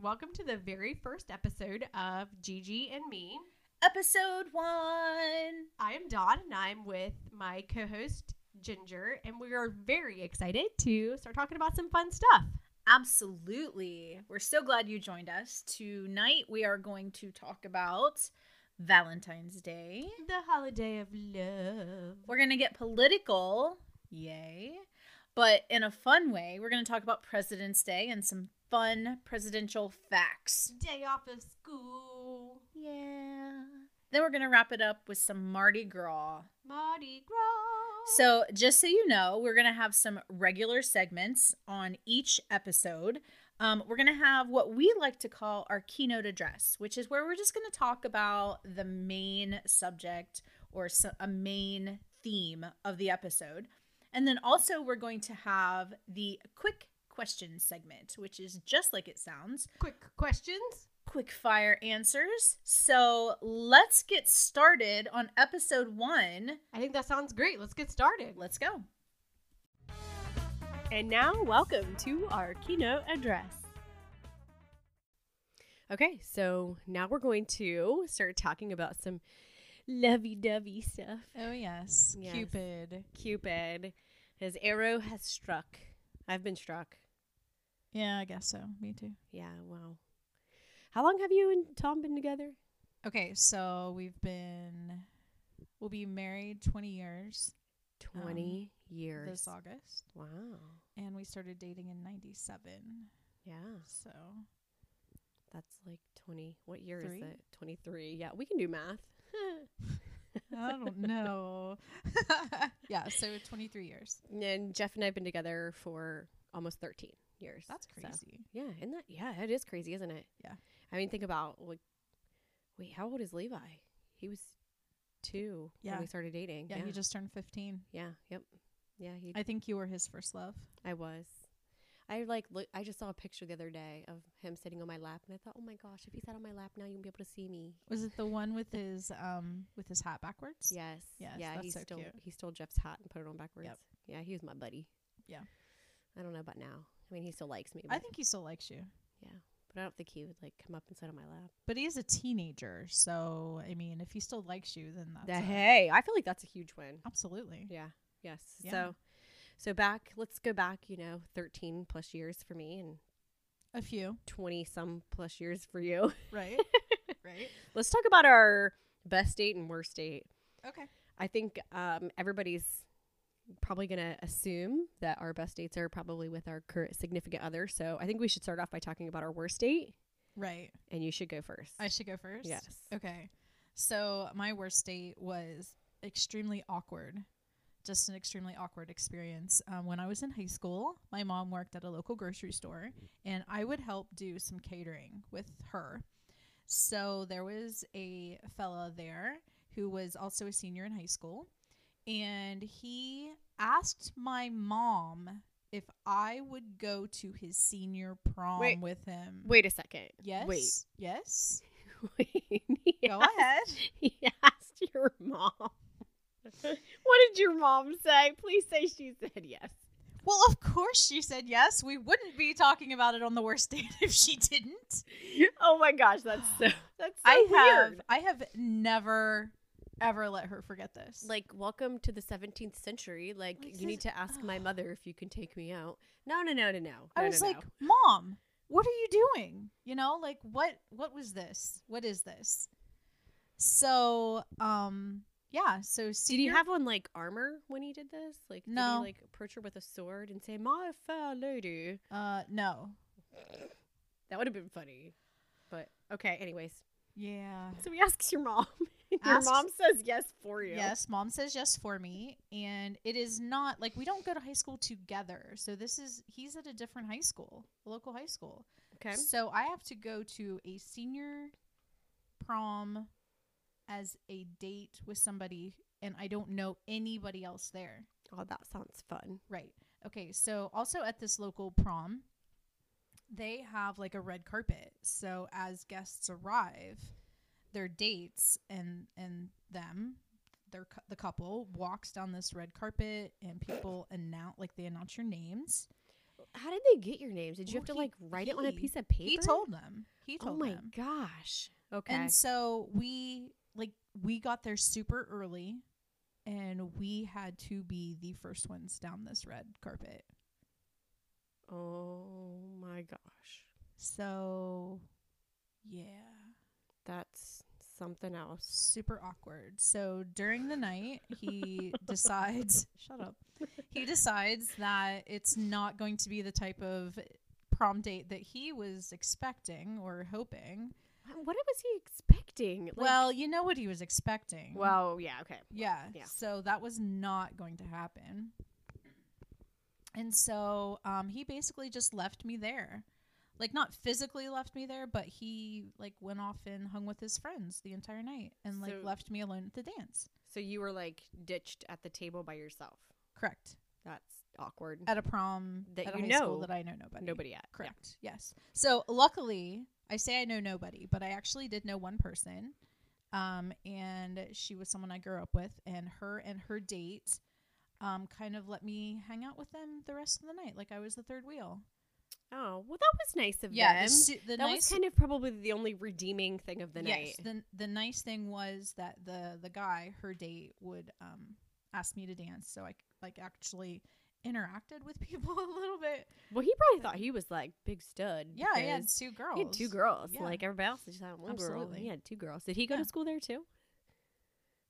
Welcome to the very first episode of Gigi and Me. Episode one. I am Dawn and I'm with my co host, Ginger, and we are very excited to start talking about some fun stuff. Absolutely. We're so glad you joined us. Tonight we are going to talk about Valentine's Day. The holiday of love. We're going to get political. Yay. But in a fun way, we're going to talk about President's Day and some fun presidential facts. Day off of school. Yeah. Then we're going to wrap it up with some Mardi Gras. Mardi Gras. So, just so you know, we're going to have some regular segments on each episode. Um, we're going to have what we like to call our keynote address, which is where we're just going to talk about the main subject or so, a main theme of the episode. And then also, we're going to have the quick question segment, which is just like it sounds quick questions. quick fire answers. So, let's get started on episode one. I think that sounds great. Let's get started. Let's go. And now, welcome to our keynote address. Okay, so now we're going to start talking about some lovey dovey stuff. Oh, yes. Yes. Cupid. Cupid, his arrow has struck. I've been struck. Yeah, I guess so. Me too. Yeah, wow. How long have you and Tom been together? Okay, so we've been, we'll be married 20 years 20 years. Um, this August, Wow. and we started dating in 97. Yeah, So, that's like 20. What year Three? is it? 23. Yeah, we can do math. I don't know. yeah, so 23 years. and Jeff and I have been together for almost 13 years. That's so- crazy. Yeah, isn't that? Yeah, it is crazy, isn't it? Yeah. I mean, think about like, wait, how old is Levi? He was two Yeah. when we started dating. Yeah, he just turned 15. yeah, yep, yeah. He, I think you were his first love. I, was. I like. Look, I just saw a picture the other day of him sitting on my lap, and I thought, oh my gosh, if he sat on my lap now, you'll be able to see me. Was it the one with his um with his hat backwards? Yes. Yes, yeah. that's he so stole cute. he stole Jeff's hat and put it on backwards. Yep. Yeah, he was my buddy. Yeah. I don't know about now. I mean, he still likes me, but I I, think he still likes you. but I don't think he would like come up and sit on my lap. But he is a teenager, so I mean, if he still likes you, then that's The- a- hey, I feel like that's a huge win. absolutely. Yeah. Yes. Yeah. So, so back. Let's go back. You know, thirteen plus years for me, and A few, twenty some plus years for you. right? right? let's talk about our best date and worst date. Okay. I think um, everybody's probably gonna assume that our best dates are probably with our current significant other. So I think we should start off by talking about our worst date, Right. and you should go first. I should go first. Yes. Okay. So my worst date was extremely awkward. Just an extremely awkward experience. Um, when I was in high school, my mom worked at a local grocery store, and I would help do some catering with her. So there was a fella there who was also a senior in high school, and he asked my mom if I would go to his senior prom Wait. with him. Wait a second. Yes. Wait. Yes. He Go asked- ahead. He asked your mom. what did your mom say? Please say she said yes. Well, of course she said yes. We wouldn't be talking about it on the worst date if she didn't. Oh my gosh, that's so that's so I have weird. I have never ever let her forget this. Like, welcome to the 17th century. Like, Like, you need this- to ask my mother if you can take me out. No, no, no, no, no. I No, was no, like, no. "Mom, what are you doing? You know, like what what was this? What is this?" So, um yeah, so did he senior have on like armor when he did this? Like, did No. he like approach her with a sword and say, "My fair lady"? uh no. That would have been funny. But okay, anyways. Yeah. So he asks your mom. and your Asks- mom says yes for you. Yes, mom says yes for me. And it is not like we don't go to high school together. So this is, he's at a different high school, a local high school. Okay. So I have to go to a senior prom as a date with somebody, and I don't know anybody else there. Oh, that sounds fun. Right. Okay. So also at this local prom, they have like a red carpet. So as guests arrive, their dates and and them, their cou- the couple walks down this red carpet, and people announce like they announce your names. How did they get your names? Did you Well, have to he- like write it on a he- piece of paper? He told them. He told oh my them. gosh. Okay. And so we like we got there super early and we had to be the first ones down this red carpet. oh my gosh. So yeah, That's something else. super awkward. So during the night, he decides, shut up. He decides that it's not going to be the type of prom date that he was expecting or hoping. What what was he expecting? Like, mm. well, you know what he was expecting. well, yeah, okay. Yeah. Yeah. So that was not going to happen. And so um, he basically just left me there. Like, not physically left me there, but he, like, went off and hung with his friends the entire night and, like, So- left me alone at the dance. So you were like ditched at the table by yourself. Correct. That's awkward. At a prom That at a you high know school that I know nobody. Nobody at. Yeah. Correct. Yes. So luckily, I say I know nobody, but I actually did know one person. Um, and she was someone I grew up with, and her and her date um, kind of let me hang out with them the rest of the night. Like I was the third wheel. Oh, well, that was nice of The, them. su- the that nice was kind of probably the only redeeming thing of the night. yes, The, the nice thing was that the the guy, her date, would um, ask me to dance. So I c- like actually interacted with people a little bit. well, he probably thought he was like big stud. Yeah, I had because two girls. He had two girls. Yeah. Like everybody else just had one girl. He Absolutely. had two girls. Did he go Yeah. to school there too?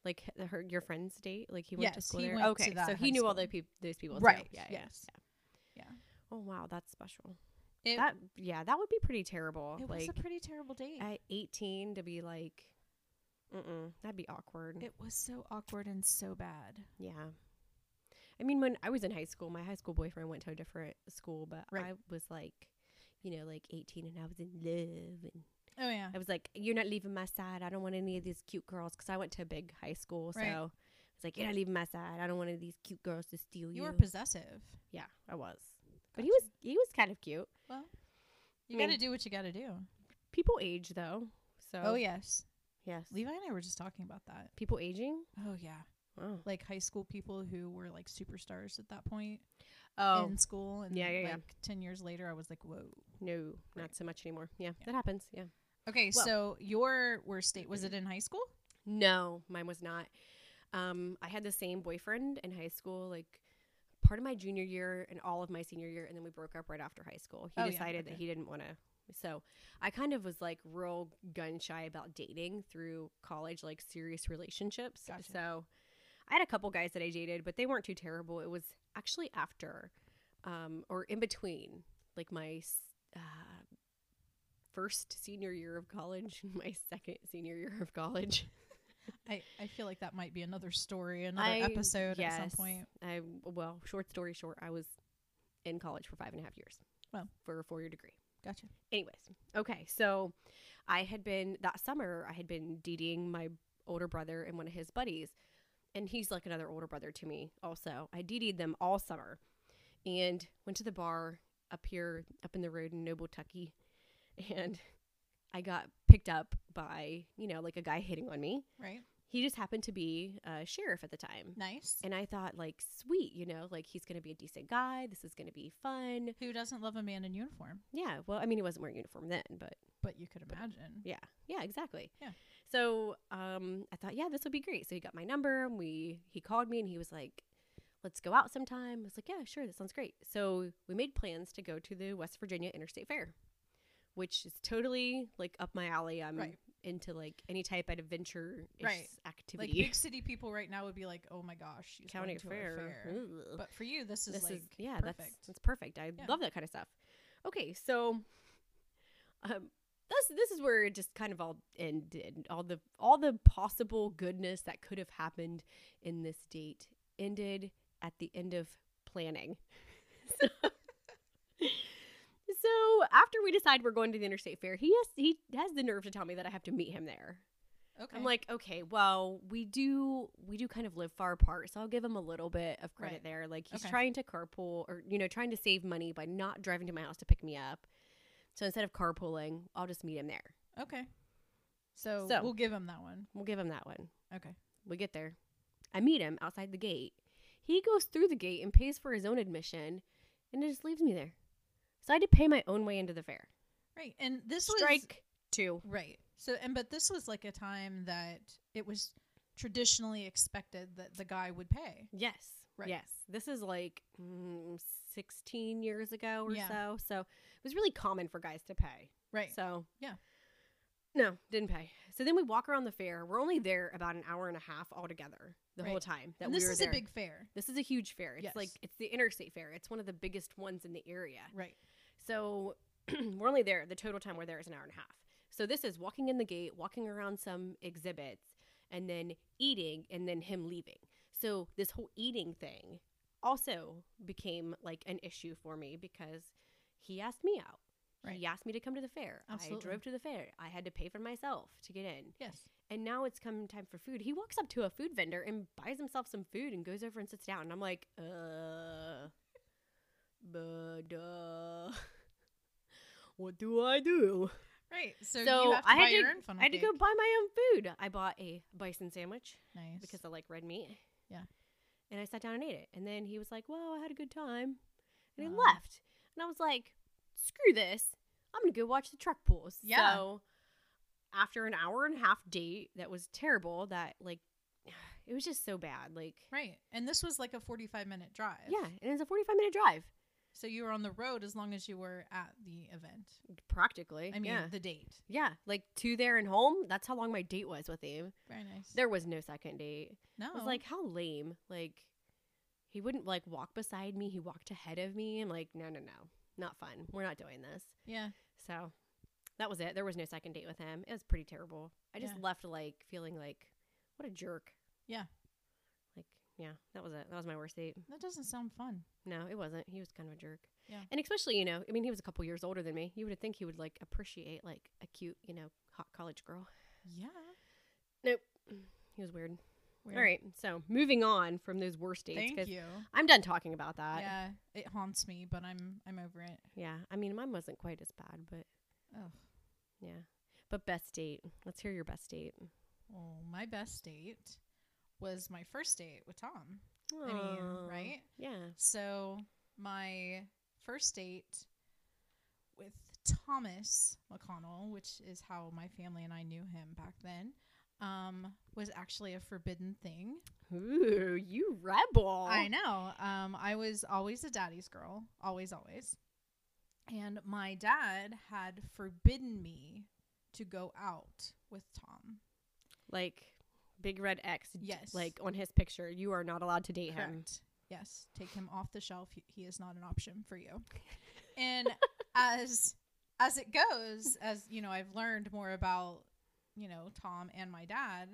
Like h- her, your friend's date. Like he went to Yes, school he there. went to okay, that so high he knew all school. those, peop those people. too. Right, Yeah, yeah, yes. yeah. Yeah. Oh wow, that's special. It, that yeah, that would be pretty terrible. it like was a pretty terrible date. at eighteen to be like, mm that'd be awkward. It was so awkward and so bad. Yeah. I mean, when I was in high school, my high school boyfriend went to a different school, but Right. I was like, you know, like 18 and I was in love. And Oh yeah. I was like, you're not leaving my side. I don't want any of these cute girls because I went to a big high school. Right. So it's like, you're not leaving my side. I don't want any of these cute girls to steal you. You were possessive. yeah, I was. But he was he was kind of cute. Well, you I mean- got to do what you got to do. People age though. So Oh yes. yes. Levi and I were just talking about that. People aging. Oh yeah. Oh. Like high school people who were like superstars at that point Oh in school and Yeah, yeah, like yeah. 10 years later I was like, "Whoa." no, not so much anymore. Yeah, Yeah. that happens. Yeah. Okay, Well- so your worst date was it in high school? No, mine was not. Um, I had the same boyfriend in high school, like part of my junior year and all of my senior year, and then we broke up right after high school. He Oh, yeah, decided that okay. he didn't want to. So I kind of was like real gun shy about dating through college, like serious relationships. Gotcha. So I had a couple guys that I dated, but they weren't too terrible. It was actually after um, or in between, like my s- uh, first senior year of college and my second senior year of college. I, I feel like that might be another story, another I- episode at some yes. point. I well, short story short, I was in college for five and a half years. Well. for a four year degree. Gotcha. Anyways, okay, so I had been that summer. I had been dating my older brother and one of his buddies, and he's like another older brother to me. Also, I DD'd them all summer, and went to the bar up here, up in the road in Noble Tucky, and I got picked up by you know like a guy hitting on me. Right? He just happened to be a sheriff at the time. Nice. And I thought, like, sweet, you know, like he's going to be a decent guy. This is going to be fun. Who doesn't love a man in uniform? Yeah. Well, I mean, he wasn't wearing uniform then, but But you could imagine. yeah, yeah, exactly. Yeah. So um, I thought, yeah, this would be great. So he got my number. And we he called me and he was like, let's go out sometime. I was like, yeah, sure, that sounds great. So we made plans to go to the West Virginia Interstate Fair, which is totally like up my alley. I'm Right. into like any type of adventure Right. Like activity. big city people right now would be like, "Oh my gosh, she's county going to a fair. fair." Ugh. But for you, this is like yeah, that's perfect. that's perfect. I Yeah. love that kind of stuff. Okay, so um this this is where it just kind of all ended. All the all the possible goodness that could have happened in this date ended at the end of planning. so, so after we decide we're going to the interstate fair, he has he has the nerve to tell me that I have to meet him there. okay. I'm like, okay, well, we do we do kind of live far apart, so I'll give him a little bit of credit Right. there. Like he's Okay. trying to carpool or you know, trying to save money by not driving to my house to pick me up. So instead of carpooling, I'll just meet him there. okay. So, So- we'll give him that one. We'll give him that one. Okay. We get there. I meet him outside the gate. He goes through the gate and pays for his own admission and it just leaves me there. So I had to pay my own way into the fair. Right. And this was Strike two. Right. So and but this was like a time that it was traditionally expected that the guy would pay. Yes. Right. Yes. This is like mm, 16 years ago or Yeah. so. So it was really common for guys to pay. Right. So Yeah. no, didn't pay. So then we walk around the fair. We're only there about an hour and a half altogether the whole Right. time that and this we were is there. a big fair. This is a huge fair. It's Yes. like it's the interstate fair. It's one of the biggest ones in the area. Right. So we're only there. The total time we're there is an hour and a half. So this is walking in the gate, walking around some exhibits, and then eating, and then him leaving. So this whole eating thing also became like an issue for me because he asked me out. Right. He asked me to come to the fair. Absolutely. I drove to the fair. I had to pay for myself to get in. Yes. And now it's come time for food. He walks up to a food vendor and buys himself some food and goes over and sits down. And I'm like, uh, but, uh, what do I do? Right. So, So you have to I buy had to- your own funnel I had to cake. go buy my own food. I bought a bison sandwich nice. because I like red meat. Yeah. And I sat down and ate it. And then he was like, well, I had a good time. And he Wow. left. And I was like, screw this. I'm going to go watch the truck pulls. Yeah. So after an hour and a half date that was terrible, that like, it was just so bad. Like, right. And this was like a 45 minute drive. yeah. And it's a 45 minute drive So you were on the road as long as you were at the event. practically. I mean, yeah. the date. yeah. Like to there and home. That's how long my date was with him. Very nice. There was no second date. no. I was like, how lame. Like, he wouldn't like walk beside me. He walked ahead of me. I'm like, no, no, no, not fun. We're not doing this. yeah. So that was it. There was no second date with him. It was pretty terrible. I just Yeah. left like feeling like, what a jerk. Yeah. Like, yeah, that was it. That was my worst date. That doesn't sound fun. No, it wasn't. He was kind of a jerk. Yeah. And especially, you know, I mean, he was a couple years older than me. You would think he would like appreciate like a cute, you know, hot college girl. Yeah. He was weird. Weird. All right. So moving on from those worst dates. Thank 'cause you. I'm done talking about that. Yeah. It haunts me, but I'm I'm over it. Yeah, I mean, mine wasn't quite as bad, but Ugh. yeah. But best date. Let's hear your best date. Oh, my best date was my first date with Tom. I mean, Aw, right? Yeah. So my first date with Thomas McConnell, which is how my family and I knew him back then, um, was actually a forbidden thing. Ooh, you rebel. I know. Um, I was always a daddy's girl, always, always. And my dad had forbidden me to go out with Tom. Like big red X. d- Yes. Like on his picture, you are not allowed to date him. Correct. Yes. Take him off the shelf. He- He is not an option for you. And as as it goes, as you know, I've learned more about, you know, Tom and my dad,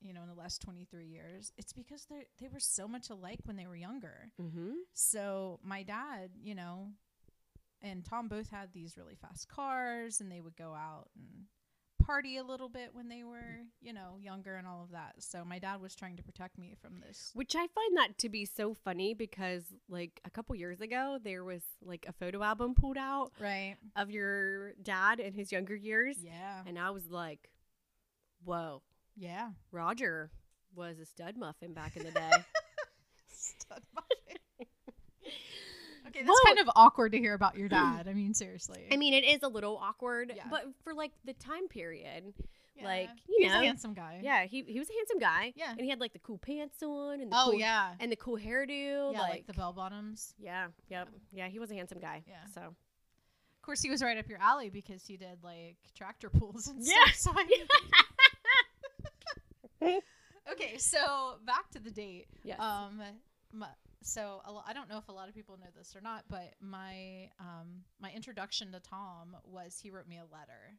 you know, in the last 23 years. It's because they they were so much alike when they were younger. Mm-hmm. So my dad, you know, and Tom both had these really fast cars and they would go out and party a little bit when they were, you know, younger and all of that. So my dad was trying to protect me from this. Which I find that to be so funny because, like, a couple years ago, there was like a photo album pulled out Right. of your dad in his younger years. Yeah. And I was like, whoa, Yeah. Roger was a stud muffin back in the day. Stud muffin. okay, that's Well- kind of awkward to hear about your dad. I mean, seriously. I mean, it is a little awkward, Yeah. but for like the time period, Yeah. like, you he's know. a handsome guy. yeah, he he was a handsome guy. Yeah. and he had like the cool pants on, and the Oh cool, yeah. and the cool hairdo. yeah, like, like, the bell bottoms. Yeah, yep, yeah. He was a handsome guy. Yeah. So Of course, he was right up your alley because he did like tractor pulls and Yeah. stuff. So I mean- okay, so back to the date. yes. Um, my, so a lo- I don't know if a lot of people know this or not, but my um my introduction to Tom was he wrote me a letter,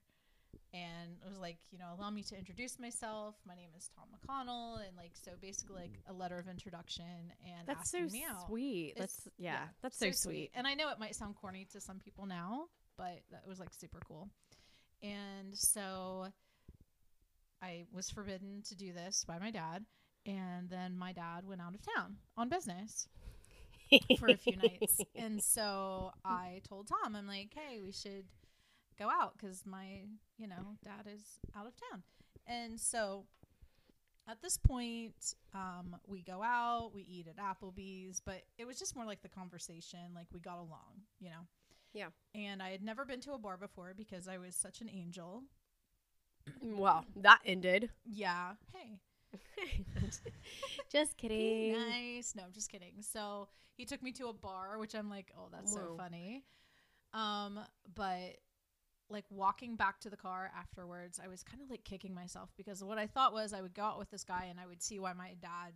and it was like you know allow me to introduce myself. My name is Tom McConnell, and like so basically like a letter of introduction and that's so asking me out. sweet. It's- that's yeah, That's so, sweet. And I know it might sound corny to some people now, but that was like super cool. And so I was forbidden to do this by my dad. And then my dad went out of town on business for a few nights. And so I told Tom, I'm like, hey, we should go out because my, you know, dad is out of town. And so at this point, um, we go out, we eat at Applebee's, but it was just more like the conversation, like we got along, you know. Yeah. And I had never been to a bar before because I was such an angel. Well, Mm, that ended. Yeah. Hey. Just be kidding. nice. No, I'm just kidding. So he took me to a bar, which I'm like, oh, that's Whoa. so funny. Um, but like walking back to the car afterwards, I was kind of like kicking myself because what I thought was I would go out with this guy and I would see why my dad,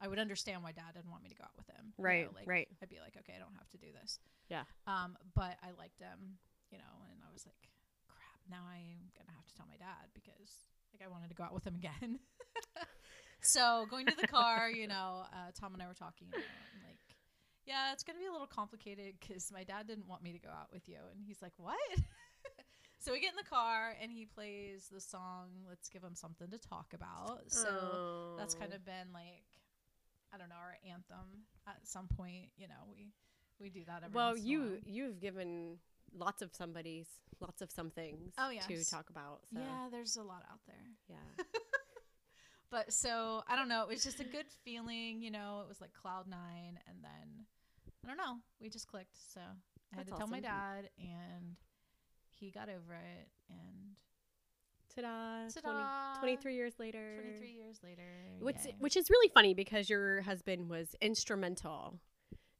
I would understand why dad didn't want me to go out with him. you know, Right, like, right. I'd be like, okay, I don't have to do this. Yeah. Um, but I liked him, you know, and I was like, crap, now I'm gonna have to tell my dad because like I wanted to go out with him again. so going to the car, you know, uh, Tom and I were talking, you know, and like, yeah, it's gonna be a little complicated because my dad didn't want me to go out with you, and he's like, what? so we get in the car and he plays the song "Let's Give Him Something to Talk About." So that's Mm. kind of been like i don't know our anthem at some point you know we we do that every well, once in a you while. you've given lots of somebody's lots of some things Oh, to yes. talk about. So yeah. yeah there's a lot out there yeah. but so i don't know it was just a good feeling you know it was like cloud nine and then i don't know we just clicked so i had That's to tell my awesome. dad and he got over it and Ta-da. 20 ta-da, 23 years later. 23 years later Which yay. Er, which is really funny because your husband was instrumental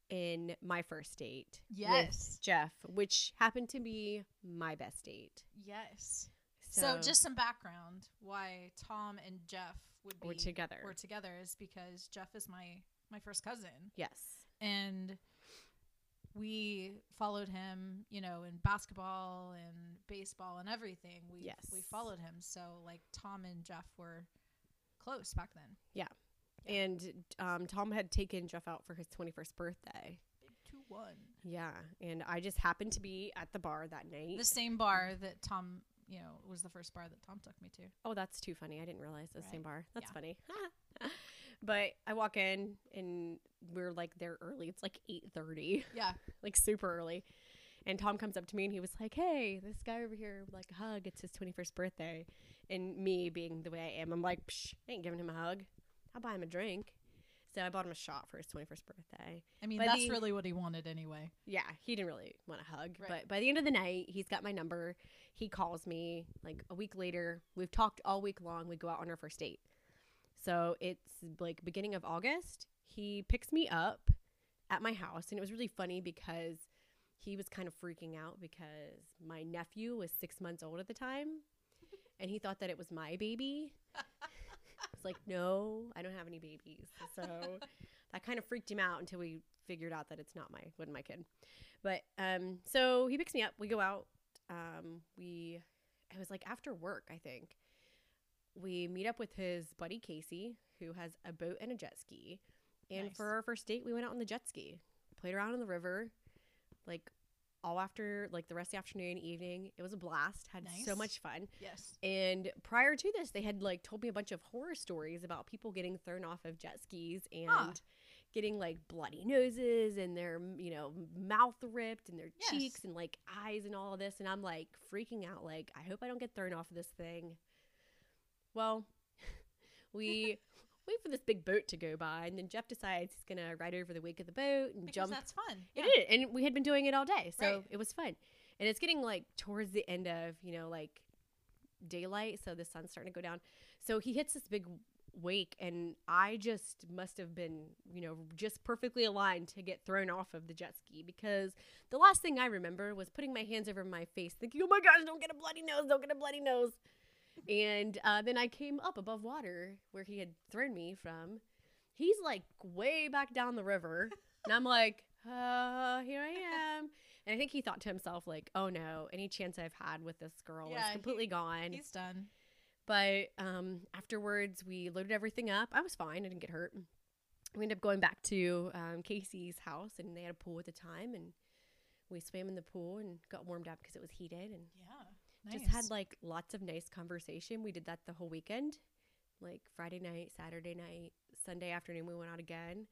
in my first date. with Yes. Jeff, which happened to be my best date. yes So, so just some background why tom and jeff would be we're together. we're together is because Jeff is my my first cousin yes. and we followed him, you know, in basketball and baseball and everything. We Yes. we followed him. So like Tom and Jeff were close back then. Yeah. And um, Tom had taken Jeff out for his 21st birthday. Big two one. Yeah. And I just happened to be at the bar that night. The same bar that Tom, you know, was the first bar that Tom took me to. oh, that's too funny. I didn't realize the same Right. bar. That's Yeah. funny. but I walk in and we're like there early. It's like 8.30, Yeah. like super early. And Tom comes up to me and he was like, hey, this guy over here, would like a hug. It's his 21st birthday. And me being the way I am, I'm like, Psh, I ain't giving him a hug. I'll buy him a drink. So I bought him a shot for his 21st birthday. I mean, But that's the- really what he wanted anyway. Yeah, he didn't really want a hug, Right. but by the end of the night, he's got my number. He calls me like a week later. We've talked all week long. We go out on our first date. So it's like beginning of August. He picks me up at my house, and it was really funny because he was kind of freaking out because my nephew was six months old at the time, and he thought that it was my baby. It's like, no, I don't have any babies. So that kind of freaked him out until we figured out that it's not my wasn't my kid. But um, so he picks me up. We go out. Um, we it was like after work, I think. We meet up with his buddy Casey, who has a boat and a jet ski. And Nice. for our first date, we went out on the jet ski, played around in the river, like all after like the rest of the afternoon, evening. It was a blast. Had so Nice. much fun. Yes. And prior to this, they had like told me a bunch of horror stories about people getting thrown off of jet skis and Huh. getting like bloody noses and their, m- you know, mouth ripped and their Yes. cheeks and like eyes and all of this. And I'm like freaking out, like, I hope I don't get thrown off of this thing. Well, we wait for this big boat to go by. And then Jeff decides he's going to ride over the wake of the boat and Because jump that's fun. it did, and we had been doing it all day, so Right. it was fun. And it's getting like towards the end of you know like daylight, so the sun's starting to go down. So he hits this big wake, and I just must have been you know just perfectly aligned to get thrown off of the jet ski because the last thing I remember was putting my hands over my face, thinking, "Oh my gosh, don't get a bloody nose! Don't get a bloody nose!" And uh, then I came up above water where he had thrown me from. He's like way back down the river. And I'm like, uh, here I am. And I think he thought to himself, like, oh no, any chance I've had with this girl Yeah, is he- completely gone. He's done. But um, afterwards, we loaded everything up. I was fine. I didn't get hurt. We ended up going back to um, Casey's house, and they had a pool at the time, and we swam in the pool and got warmed up because it was heated, and Yeah. just had Nice. like lots of nice conversation. We did that the whole weekend, like Friday night, Saturday night, Sunday afternoon. We went out again,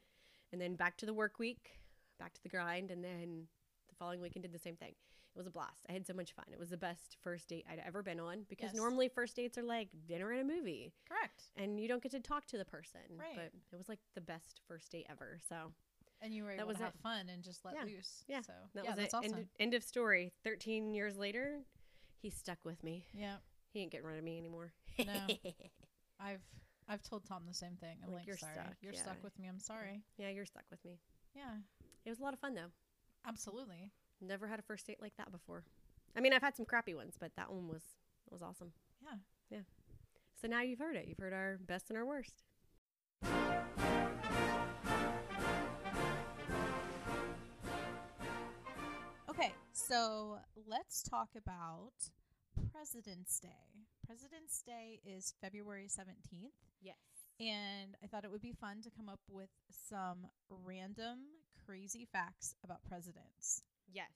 and then back to the work week, back to the grind, and then the following weekend did the same thing. It was a blast. I had so much fun. It was the best first date I'd ever been on because Yes. normally first dates are like dinner and a movie, correct. and you don't get to talk to the person. Right. But it was like the best first date ever. So and you were able was to have it. fun and just let Yeah. loose. Yeah. so That yeah, was that's it. awesome. End, end of story. 13 years later, he stuck with me. yeah, He ain't getting rid of me anymore. No. I've I've told Tom the same thing. I'm Like, like, "You're sorry, stuck, you're yeah. stuck with me. I'm sorry. yeah, you're stuck with me. Yeah, It was a lot of fun, though. absolutely. Never had a first date like that before. I mean, I've had some crappy ones, but that one was that was awesome. Yeah. Yeah. So now you've heard it. You've heard our best and our worst. Okay, so let's talk about President's Day. President's Day is February 17th, Yes. and I thought it would be fun to come up with some random crazy facts about presidents. Yes.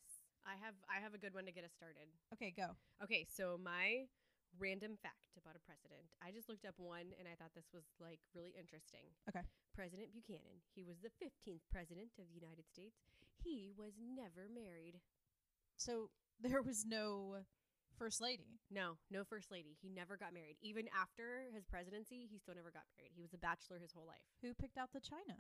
I have I have a good one to get us started. Okay, go. Okay, so my random fact about a president. I just looked up one and I thought this was like really interesting. Okay. President Buchanan. He was the 15th president of the United States. He was never married. So there was no first lady. No, no first lady. He never got married. Even after his presidency, he still never got married. He was a bachelor his whole life. Who picked out the china?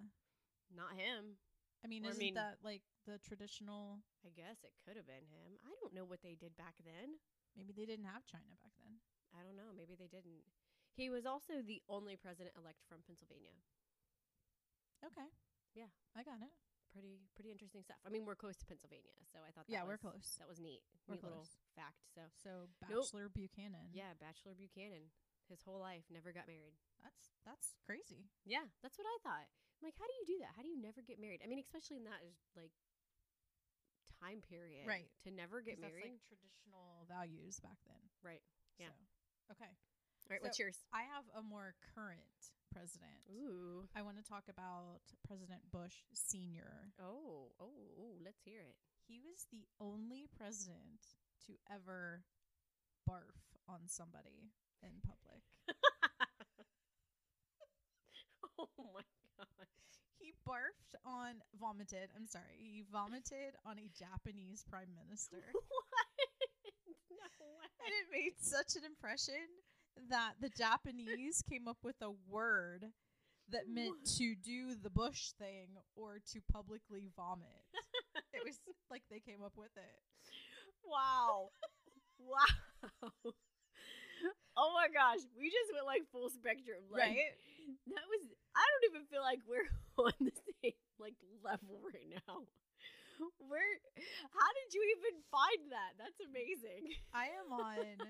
Not him. I mean, Or, I isn't mean- that like the traditional? I guess it could have been him. I don't know what they did back then. Maybe they didn't have china back then. I don't know. Maybe they didn't. He was also the only president elect from Pennsylvania. Okay. Yeah. I got it. Pretty pretty interesting stuff. I mean, we're close to Pennsylvania, so I thought that Yeah, we're was- close. That was neat. We're neat little close. fact. So So Nope. Bachelor Buchanan. yeah, Bachelor Buchanan, his whole life never got married. That's that's crazy. Yeah, that's what I thought. I'm like, how do you do that? How do you never get married? I mean, especially in that like time period, Right. To never get 'Cause married, That's like traditional values back then. right? Yeah. So, okay. All right, what's So- yours? I have a more current president. Ooh, I want to talk about President Bush Sr. oh, oh, oh, let's hear it. He was the only president to ever barf on somebody in public. oh my god. he barfed on vomited. I'm sorry. He vomited on a Japanese prime minister. What? No way. and it made such an impression that the Japanese came up with a word that meant What? to do the bush thing or to publicly vomit. it was like they came up with it. Wow. wow. Oh my gosh. We just went like full spectrum. Like, Right? That was, I don't even feel like we're on the same like level right now. Where, how did you even find that? That's amazing. I am on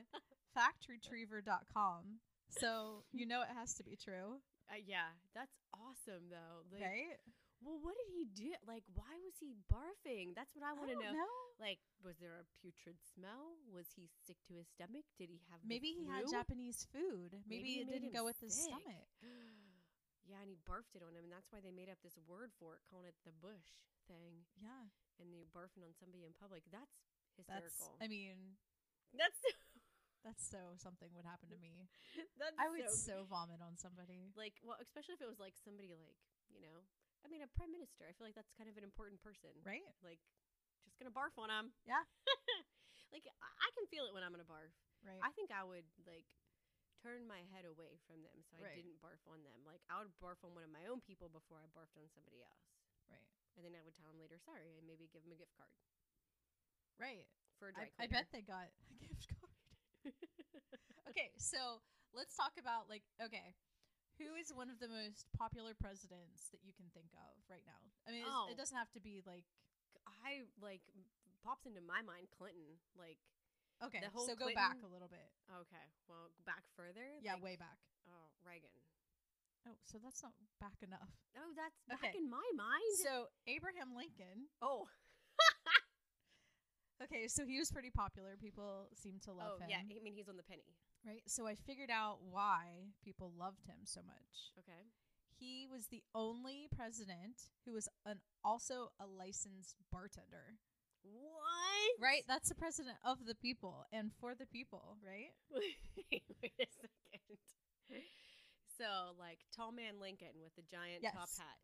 factretriever.com. So you know it has to be true, Uh, yeah. That's awesome though. Like, right? Well, what did he do? Like, why was he barfing? That's what I want to don't know. Like, was there a putrid smell? Was he sick to his stomach? Did he have the Maybe he had flu? Japanese food. Maybe, it made him it didn't go with his sick. stomach. yeah, and he barfed it on him, and that's why they made up this word for it, calling it the bush thing. Yeah. And you're barfing on somebody in public. That's That's hysterical. I mean, That's that's so something would happen to me. that's I would so, so vomit on somebody. like well, especially if it was like somebody like you know, I mean, a prime minister. I feel like that's kind of an important person, Right? Like, just gonna barf on him. Yeah. like I-, I can feel it when I'm gonna barf. Right. I think I would like turn my head away from them so I Right. didn't barf on them. Like I would barf on one of my own people before I barfed on somebody else. right. And then I would tell them later, sorry, and maybe give them a gift card Right. for a dry I, I cleaner. bet they got a gift card. okay, so let's talk about like okay, who is one of the most popular presidents that you can think of right now? I mean, it's, Oh. it doesn't have to be like I like pops into my mind Clinton. Like okay. The whole so go back Clinton- a little bit. okay, well back further. Yeah, like, way back. Oh Reagan. Oh, so that's not back enough. Oh, that's back Okay. in my mind. So Abraham Lincoln. oh, Okay, so he was pretty popular. People seem to love oh him. yeah. I mean, he's on the penny. Right. So I figured out why people loved him so much. Okay. He was the only president who was an also a licensed bartender. What? Right? That's the president of the people and for the people, right? Wait a second. So, like, tall man Lincoln with the giant top Yes. hat.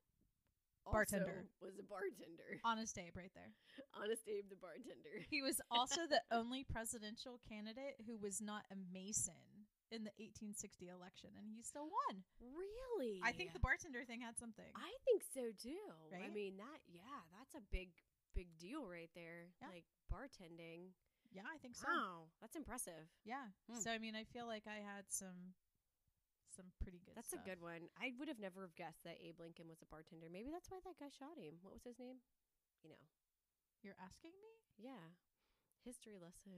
Bartender. Also was a bartender. Honest Abe right there. Honest Abe the bartender. He was also the only presidential candidate who was not a Mason. in the 1860 election, and he still won. Really? I think the bartender thing had something. I think so too. I Right? mean that yeah, that's a big big deal right there. Yeah. Like bartending. yeah, I think so. Wow, that's impressive. Yeah. Hmm. So I mean, I feel like I had some some pretty good. That's stuff. a good one. I would have never have guessed that Abe Lincoln was a bartender. Maybe that's why that guy shot him. What was his name? You know. You're asking me Yeah. History lesson.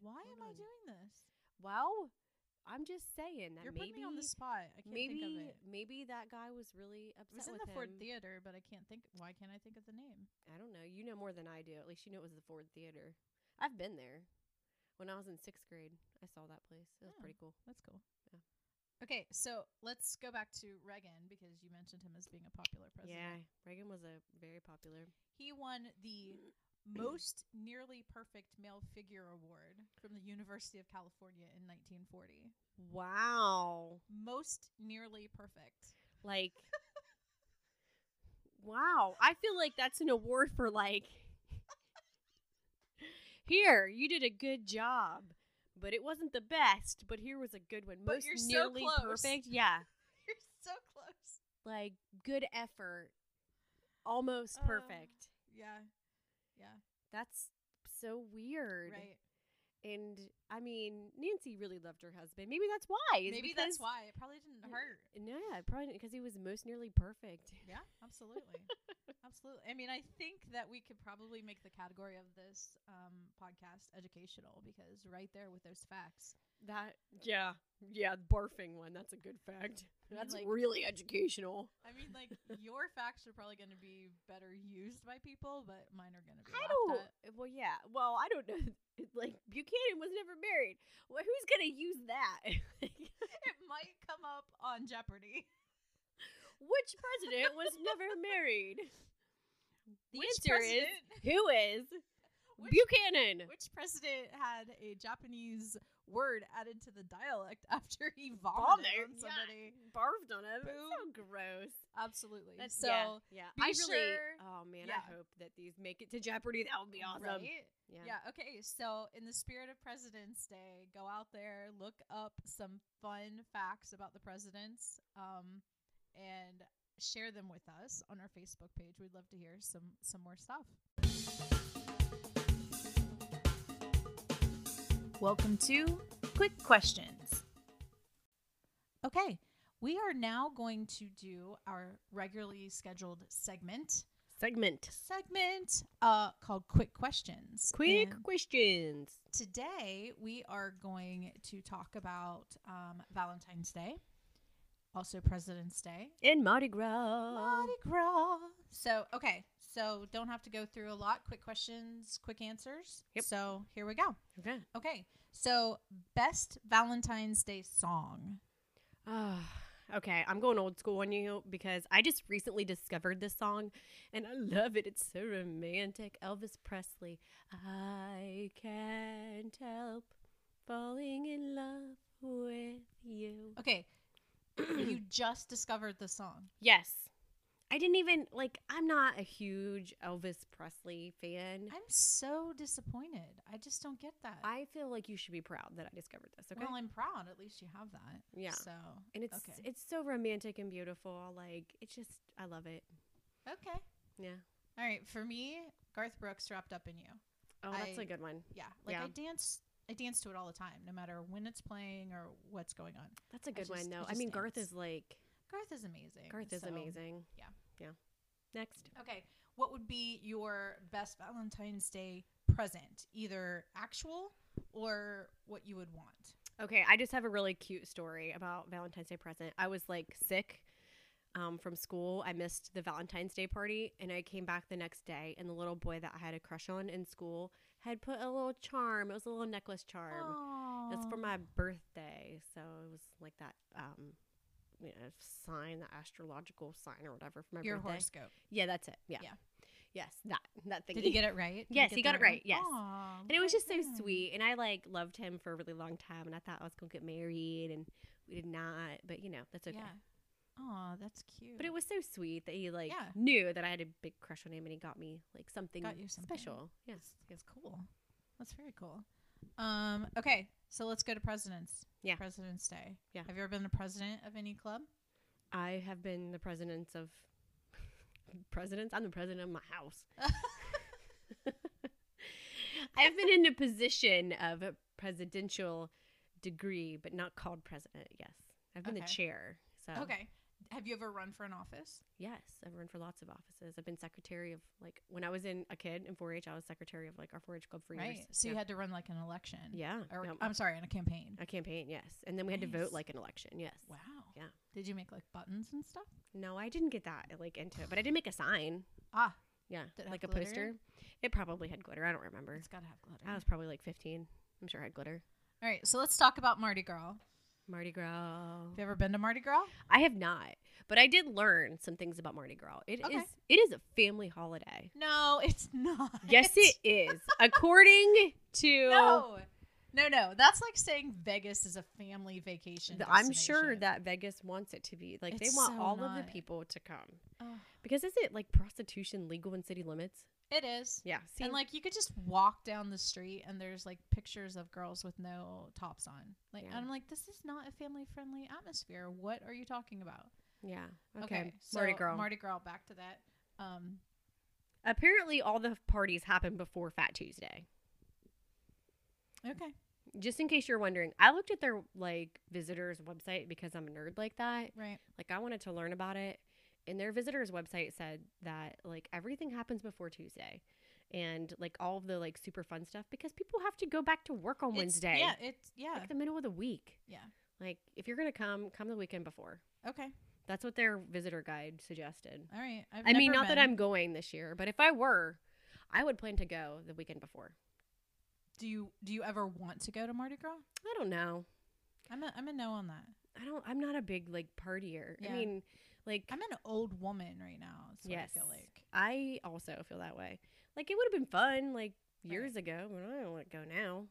why Hold am I on. doing this? Well, I'm just saying that You're Uh, maybe putting me on the spot. I can't maybe think of it. maybe that guy was really It upset was in with the Ford him. Theater, but I can't think. Why can't I think of the name? I don't know. You know more than I do. At least you know it was the Ford Theater. I've been there. When I was in sixth grade, I saw that place. It was Oh. pretty cool. That's cool. Yeah. Okay, so let's go back to Reagan because you mentioned him as being a popular president. Yeah, Reagan was a very popular. He won the most nearly perfect male figure award from the University of California in 1940. Wow, Most nearly perfect. like wow. I feel like that's an award for like here you did a good job, but it wasn't the best. But here was a good one. But Most you're so nearly close. perfect. Yeah, You're so close. like good effort, almost Oh. perfect. Yeah. Yeah. That's so weird. Right. And I mean, Nancy really loved her husband. Maybe that's why. is Maybe that's because- why. It probably didn't hurt. No, yeah, probably because he was most nearly perfect. Yeah, absolutely. absolutely. I mean, I think that we could probably make the category of this um, podcast educational because right there with those facts. That yeah, yeah, barfing one. That's a good fact. mean, That's like- really educational. I mean, like, your facts are probably going to be better used by people, but mine are going to be. I laughed don't. at. Well, yeah. Well, I don't know. Like Buchanan was never married. Well, who's gonna use that? It might come up on Jeopardy. Which president was never married? The Which answer is president- who is Which- Buchanan. Which president had a Japanese word added to the dialect after he Vomit. vomited on Yeah. somebody? Barfed on him. Boo. So gross. Absolutely. That's- so, yeah, yeah, I be really. sure- oh man, yeah. I hope that these make it to Jeopardy. That would be awesome. right? Yeah. Yeah. Okay. So, in the spirit of President's Day, go out there, look up some fun facts about the presidents, um, and share them with us on our Facebook page. We'd love to hear some some more stuff. Welcome to Quick Questions. Okay, we are now going to do our regularly scheduled segment Segment. segment uh, called Quick Questions. Quick And- questions. today we are going to talk about um, Valentine's Day, also President's Day. In Mardi Gras. Mardi Gras. So, okay. So, don't have to go through a lot. Quick questions, quick answers. Yep. So, here we go. Okay. Okay. So, best Valentine's Day song. Ah, okay, I'm going old school on you because I just recently discovered this song and I love it. It's so romantic. Elvis Presley. I can't help falling in love with you. Okay. you just discovered the song. Yes. I didn't even like I'm not a huge Elvis Presley fan. I'm so disappointed. I just don't get that. I feel like you should be proud that I discovered this, okay? Well, I'm proud. At least you have that. Yeah. So, and it's okay. it's so romantic and beautiful. Like it's just I love it. okay. Yeah. All right, for me, Garth Brooks wrapped up in you. Oh, that's I- a good one. Yeah, like Yeah. I dance, I dance to it all the time, no matter when it's playing or what's going on. That's a good one just- though. I I mean, just Garth dance. is like Garth is amazing. Garth is so- amazing. yeah. Yeah. Next. Okay, what would be your best Valentine's Day present, either actual or what you would want? Okay, I just have a really cute story about Valentine's Day present. I was like sick um, from school. I missed the Valentine's Day party, and I came back the next day, and the little boy that I had a crush on in school had put a little charm. It was a little necklace charm. It's for my birthday, so it was like that. Um, you know, sign the astrological sign or whatever for my your birthday. horoscope. Yeah, that's it. Yeah. Yeah. Yes, that that thing. Did you get it right? Did you Yes, get he got that it right, yes. Aw, and it was look just so at him. sweet and i like loved him for a really long time and i thought i was gonna get married and we did not but you know that's okay Yeah. Aw, that's cute. but it was so sweet that he like Yeah. knew that i had a big crush on him and he got me like something, Got you something. special yes That's cool. That's very cool. Um, okay, so let's go to President's. Yeah. President's Day. Yeah. Have you ever been the president of any club? I have been the president of presidents. I'm the president of my house. I have been in a position of a presidential degree, but not called president. Yes, I've been the Okay. chair. So Okay. Have you ever run for an office? yes, I've run for lots of offices. I've been secretary of like when I was in a kid in 4-H, I was secretary of like our 4-H club for Right. years. So you had to run like an election. yeah, Or, um, I'm sorry, in a campaign. a campaign. Yes, and then we had to Nice. vote like an election. Yes. Wow. Yeah. Did you make like buttons and stuff? No, I didn't get that like into it, but I did make a sign. Ah. Yeah, Did it like a have glitter? poster. It probably had glitter. I don't remember. It's got to have glitter. I was probably like 15. I'm sure I had glitter. All right. So let's talk about Mardi Gras. Mardi Gras. Have you ever been to Mardi Gras? I have not, but I did learn some things about Mardi Gras. It is Okay. it is a family holiday. No, it's not. Yes, it is. According to No. No, no. That's like saying Vegas is a family vacation. the- I'm sure destination. that Vegas wants it to be like they It's want so all of not. the people to come Ugh. because is it like prostitution legal in city limits? it is. Yeah, see, And like you could just walk down the street and there's like pictures of girls with no tops on. Like Yeah. I'm like, this is not a family friendly atmosphere. What are you talking about? yeah, okay, so Mardi Gras. Mardi Gras. Back to that. Um, Apparently, all the parties happen before Fat Tuesday. okay. Just in case you're wondering, I looked at their like visitors website because I'm a nerd like that. Right. Like I wanted to learn about it. And their visitors website said that like everything happens before Tuesday and like all of the like super fun stuff because people have to go back to work on It's- Wednesday. Yeah. It's yeah. Like the middle of the week. Yeah. Like if you're gonna come, come the weekend before. okay. That's what their visitor guide suggested. All right. I've I mean, never not that been. I'm going this year, but if I were, I would plan to go the weekend before. Do you do you ever want to go to Mardi Gras? I don't know. I'm a I'm a no on that. I don't I'm not a big like partier. I Yeah. mean, like I'm an old woman right now. So Yes. I feel like. I also feel that way. Like it would have been fun like years ago, but I don't want to go now.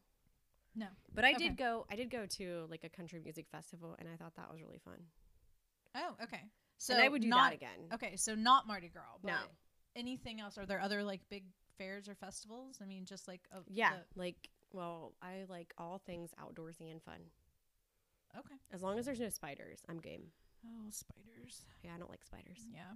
No. But I Okay. did go I did go to like a country music festival and I thought that was really fun. Oh, okay. So So and I would do not that again. Okay, so not Mardi Gras, but No. anything else? Are there other like big fairs or festivals? I mean, just like of Yeah. the- Like well, I like all things outdoorsy and fun. okay. As long as there's no spiders, I'm game. Oh, spiders. Yeah, I don't like spiders. Yeah.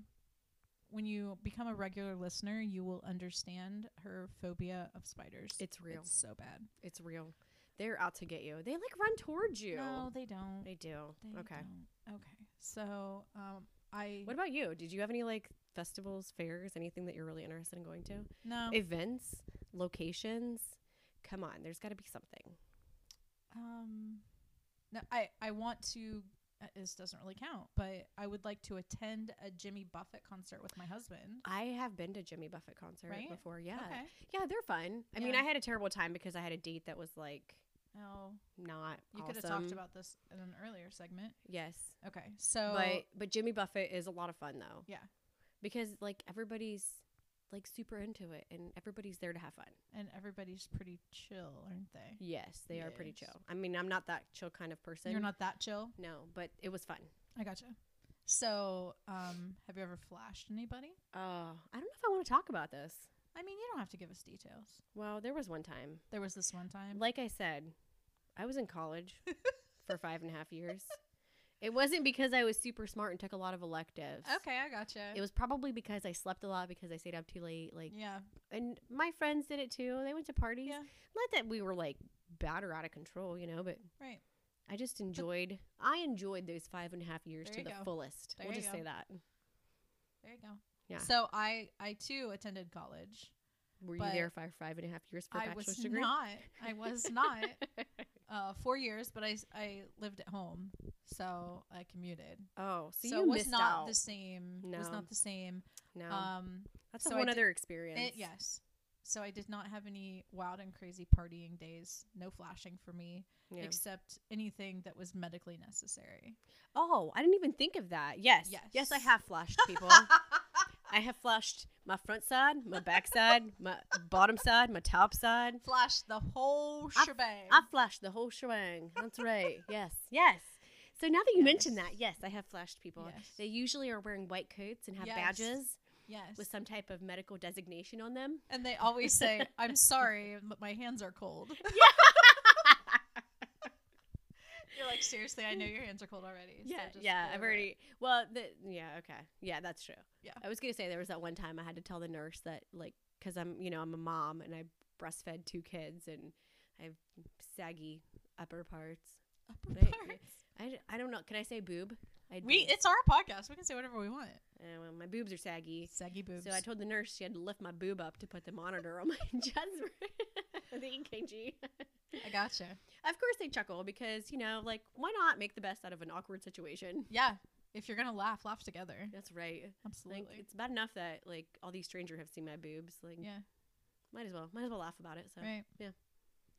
When you become a regular listener, you will understand her phobia of spiders. It's real. It's It's, so bad. real. They're out to get you. They like run towards you. No, they don't. They do. They okay. don't. Okay. So, um, I What about you? Did you have any like festivals, fairs, anything that you're really interested in going to? no. events, locations. Come on, there's got to be something. Um, no, I I want to. Uh, this doesn't really count, but I would like to attend a Jimmy Buffett concert with my husband. I have been to Jimmy Buffett concert Right? before. Yeah, Okay. yeah, they're fun. I mean, Yeah. I had a terrible time because I had a date that was like Oh, not. you awesome. could have talked about this in an earlier segment. yes, Okay, so but but Jimmy Buffett is a lot of fun though. Yeah. because like everybody's like super into it and everybody's there to have fun. and everybody's pretty chill, aren't they? Yes, they are pretty Yes. chill. I mean, I'm not that chill kind of person. You're not that chill. No, but it was fun. I gotcha. So, um, have you ever flashed anybody? Oh, I don't know if I want to talk about this. I mean, you don't have to give us details. Well, there was one time There was this one time. Like I said, I was in college for five and a half years. It wasn't because I was super smart and took a lot of electives. okay, I gotcha. It was probably because I slept a lot because I stayed up too late. Like, yeah, and my friends did it too. They went to parties. Yeah. Not that we were like bad or out of control, you know, but right. I just enjoyed. I enjoyed those five and a half years There to you the go. fullest. There we'll you just go. say that. There you go. Yeah. So I I too attended college. Were But you there for five and a half years for a I bachelor's was degree? not. I was not. uh, four years, but I, s- I lived at home, so I commuted. oh, so, so you it was missed not out. the same. Was No. not the same. no, Um, that's so a I whole did- other experience. it, yes. So I did not have any wild and crazy partying days. No flashing for me, yeah. except anything that was medically necessary. Oh, I didn't even think of that. Yes. Yes, I Yes. have flashed people. I have flashed my front side, my back side, my bottom side, my top side. Flash the whole I- shebang. I flashed the whole shebang. That's right. Yes. Yes. So now that you mention Yes. that, yes, I have flashed people. Yes. They usually are wearing white coats and have Yes. badges yes. with some type of medical designation on them. and they always say, "I'm sorry, but my hands are cold." You're like, seriously, I know your hands are cold already. so Yeah, just yeah, get I've over it." already. Well, the, yeah, okay, yeah, that's true. Yeah. I was gonna say there was that one time I had to tell the nurse that like, cause I'm, you know, I'm a mom and I breastfed two kids and I have saggy upper parts. Upper Right. parts. I, d- I don't know. Can I say boob? I We do. it's our podcast. We can say whatever we want. Uh, well, my boobs are saggy. Saggy boobs. So I told the nurse she had to lift my boob up to put the monitor on my chest, for the EKG. I gotcha. Of course, they chuckle because you know, like, why not make the best out of an awkward situation? Yeah. If you're gonna laugh, laugh together. That's right. Absolutely. Like, it's bad enough that like all these strangers have seen my boobs. Like, yeah. might as well, might as well laugh about it. So, Right. yeah.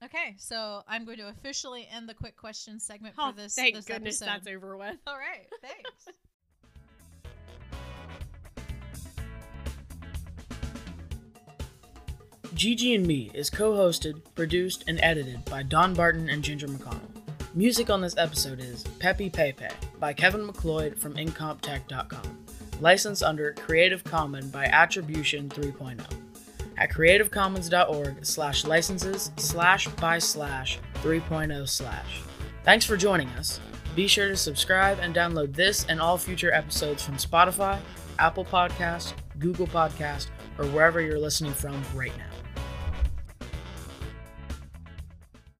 Okay, so I'm going to officially end the quick question segment for this Oh, thank this goodness episode. that's over with. All right, thanks. Gigi and Me is co hosted, produced, and edited by Don Barton and Ginger McConnell. Music on this episode is Peppy Pepe by Kevin McLeod from Incomptech.com. Licensed under Creative Commons by Attribution 3.0 at creativecommons.org slash licenses slash by slash 3.0 slash. Thanks for joining us. Be sure to subscribe and download this and all future episodes from Spotify, Apple Podcasts, Google Podcasts, or wherever you're listening from right now.